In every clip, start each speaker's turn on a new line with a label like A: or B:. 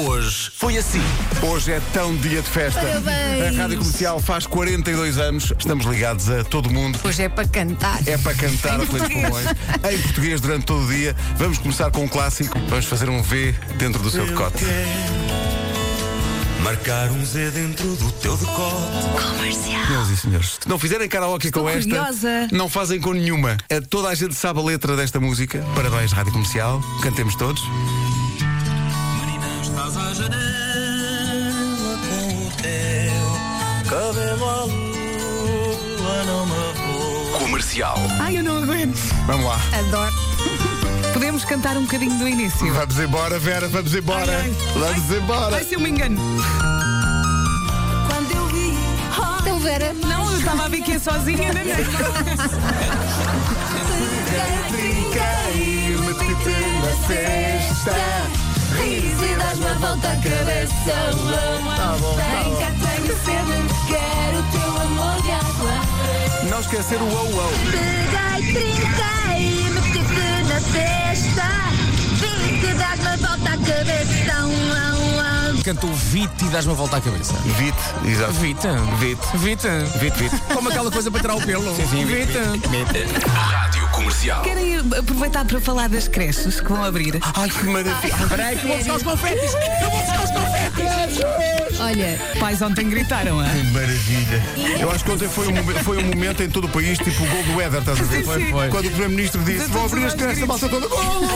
A: Hoje foi assim. Hoje é tão dia de festa.
B: Parabéns.
A: A Rádio Comercial faz 42 anos. Estamos ligados a todo mundo.
B: Hoje é para cantar.
A: É para cantar a plenos pulmões. Em português durante todo o dia. Vamos começar com um clássico. Vamos fazer um V dentro do seu decote.
C: Marcar um Z dentro do teu decote.
A: Senhoras e senhores, se não fizerem karaoke
B: Estou
A: com esta,
B: curiosa.
A: não fazem com nenhuma. Eh, Toda a gente sabe a letra desta música. Parabéns, Rádio Comercial. Cantemos todos.
C: Menina, estás à janela com o teu cabelo à lua, não me vou.
A: Comercial.
B: Ai, eu não aguento.
A: Vamos lá.
B: Adoro. Podemos cantar um bocadinho do início.
A: Vamos embora, Vera, vamos embora.
B: Ai, ai.
A: Vamos embora.
B: Vai ser um engano.
D: Quando eu vi,
B: Então, Vera. Não, eu estava a ver que é sozinha, não é?
D: riso e dás uma volta à cabeça. Tá bom, Vem cá, tenho sede, quero o teu amor de água.
A: Não esquecer o wow wow.
D: Peguei, trinquei e meti-te na cesta. Vim que dás uma volta à cabeça. Um, um, um.
E: cantou Vite e dás-me a volta à cabeça.
A: Vite, exato.
E: Vita.
A: Vite.
E: Vita.
A: Vite, Vite.
E: Como aquela coisa para tirar o pelo. Sim, sim, Vita.
B: Querem aproveitar para falar das creches que vão abrir?
A: Ai, que maravilha.
E: Peraí, É que eu vou buscar os confetes. Eu vou buscar os confetes.
B: Olha, pais ontem gritaram, ah.
A: Que maravilha. Eu acho que ontem foi um, momen- foi um momento em todo o país, tipo o gol do Éder, estás a ver?
B: Sim, sim.
A: Quando o Primeiro-Ministro disse:
B: Sim,
A: vão
B: sim,
A: abrir as
B: sim,
A: crianças,
B: sim.
A: passa toda. Gol!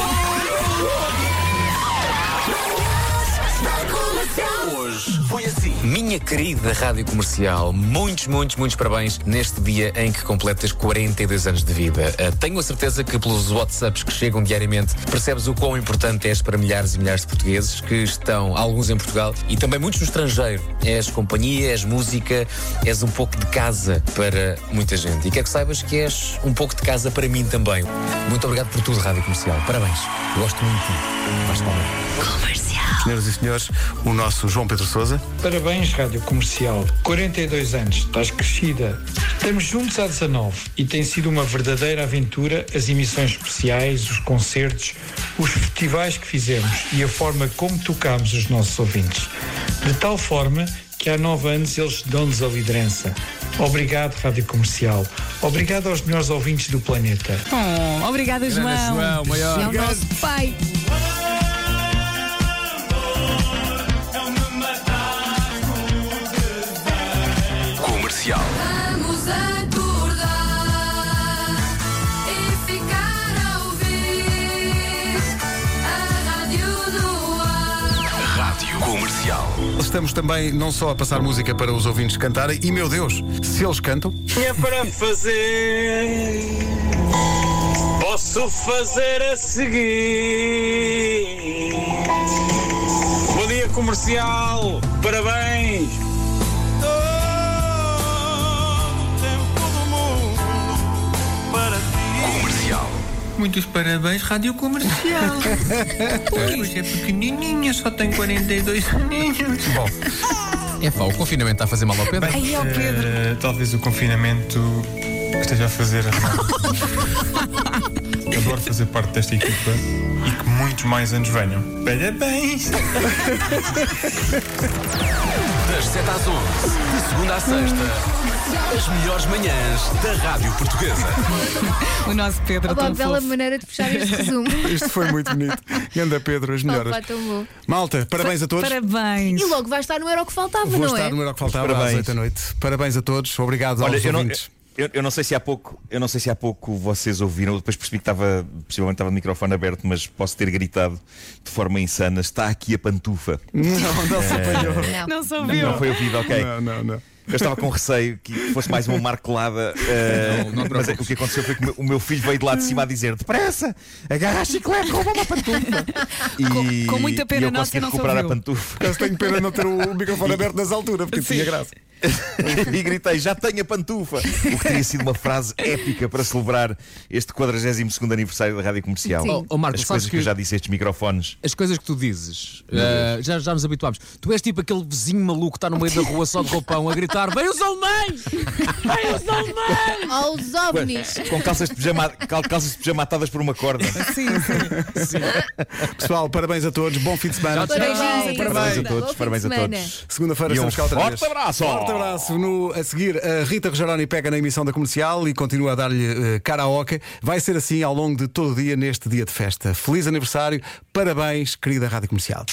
E: Minha querida Rádio Comercial, muitos, muitos, muitos parabéns neste dia em que completas 42 anos de vida. Ah, tenho a certeza que pelos WhatsApps que chegam diariamente percebes o quão importante és para milhares e milhares de portugueses que estão, alguns em Portugal e também muitos no estrangeiro. És companhia, és música, és um pouco de casa para muita gente. E quero que saibas que és um pouco de casa para mim também. Muito obrigado por tudo, Rádio Comercial. Parabéns. Eu gosto muito de ti. Vais-te para lá.
A: Senhoras e senhores, o nosso João Pedro Souza.
F: Parabéns, Rádio Comercial. 42 anos, estás crescida. Estamos juntos há 19 e tem sido uma verdadeira aventura as emissões especiais, os concertos, os festivais que fizemos e a forma como tocámos os nossos ouvintes. De tal forma que há 9 anos eles dão-nos a liderança. Obrigado, Rádio Comercial. Obrigado aos melhores ouvintes do planeta.
B: Oh, obrigada, João.
E: João, maior.
B: É o nosso pai.
D: Vamos acordar e ficar a ouvir a rádio no ar.
A: Estamos também não só a passar música para os ouvintes cantarem, e meu Deus, se eles cantam,
G: tinha para fazer. Posso fazer a seguir. Bom dia comercial, parabéns. Todo o tempo do mundo para ti.
H: Muitos parabéns, Rádio Comercial. Hoje é pequenininha, só tem 42 aninhos.
A: bom,
E: É pá, o confinamento está a fazer mal ao Pedro.
B: Aí é o Pedro.
I: Eh, talvez o confinamento esteja a fazer. Adoro fazer parte desta equipa e que muitos mais anos venham. Parabéns!
C: Das 7 às 11, de segunda à sexta, as melhores manhãs da Rádio Portuguesa.
B: O nosso Pedro
J: Opa,
B: tão
J: bela
B: fofo.
J: maneira de fechar este resumo.
A: isto foi muito bonito. Anda Pedro, as melhoras.
J: Opa, tão bom.
A: Malta, parabéns a todos.
B: Parabéns.
J: E logo vai estar no Euro que faltava,
A: Vou
J: não
A: estar
J: é?
A: no Euro que faltava às
G: Parabéns.
A: 8 da noite. Parabéns a todos, obrigado
G: Olha,
A: aos
G: eu não,
A: ouvintes.
G: eu, eu não sei se há pouco, eu não sei se há pouco vocês ouviram, eu depois percebi que estava, possivelmente estava o microfone aberto, mas posso ter gritado de forma insana, está aqui a pantufa.
A: Não, não se apanhou.
B: Não sou eu.
G: Não foi ouvido, ok.
A: Não, não, não.
G: Eu estava com receio que fosse mais uma marcolada. eh,
E: Não, não te
G: mas é que o que aconteceu foi que o meu- o meu filho veio de lá de cima a dizer: depressa, agarra a chiclete, rouba uma pantufa. E,
B: Com- com muita pena
G: e eu
B: nossa,
G: consegui
B: não se
G: recuperar a
B: ouviu.
G: pantufa.
A: Caso tenho pena de não ter o microfone aberto nas alturas, porque tinha graça.
E: e gritei: Já tenho a pantufa! O que teria sido uma frase épica para celebrar este 42 aniversário da rádio comercial.
J: Sim.
B: Ó ó, Marco,
E: As
B: oh, sabes
E: coisas que
B: que
E: eu já disse a estes microfones.
B: as coisas que tu dizes, eh, já, já nos habituámos. Tu és tipo aquele vizinho maluco que está no meio da rua só de roupão a gritar: Vem os alemães! Vem os alemães!
J: Aos ovnis.
E: Com calças de pijama, cal- calças de pijama atadas por uma corda.
K: Sim, sim.
A: Pessoal, parabéns a todos, bom fim de semana.
B: Tchau,
J: Parabéns.
K: Beijinhos, até
E: Parabéns a
J: Boa
E: todos,
J: fim de
E: parabéns a
J: semana.
E: todos.
A: Segunda-feira
E: E um
A: estamos cá outra
E: forte
A: vez.
E: abraço!
A: Forte abraço. No, a seguir, a Rita Rogeroni pega na emissão da comercial e continua a dar-lhe eh, karaoke. Vai ser assim ao longo de todo o dia neste dia de festa. Feliz aniversário, parabéns, querida Rádio Comercial.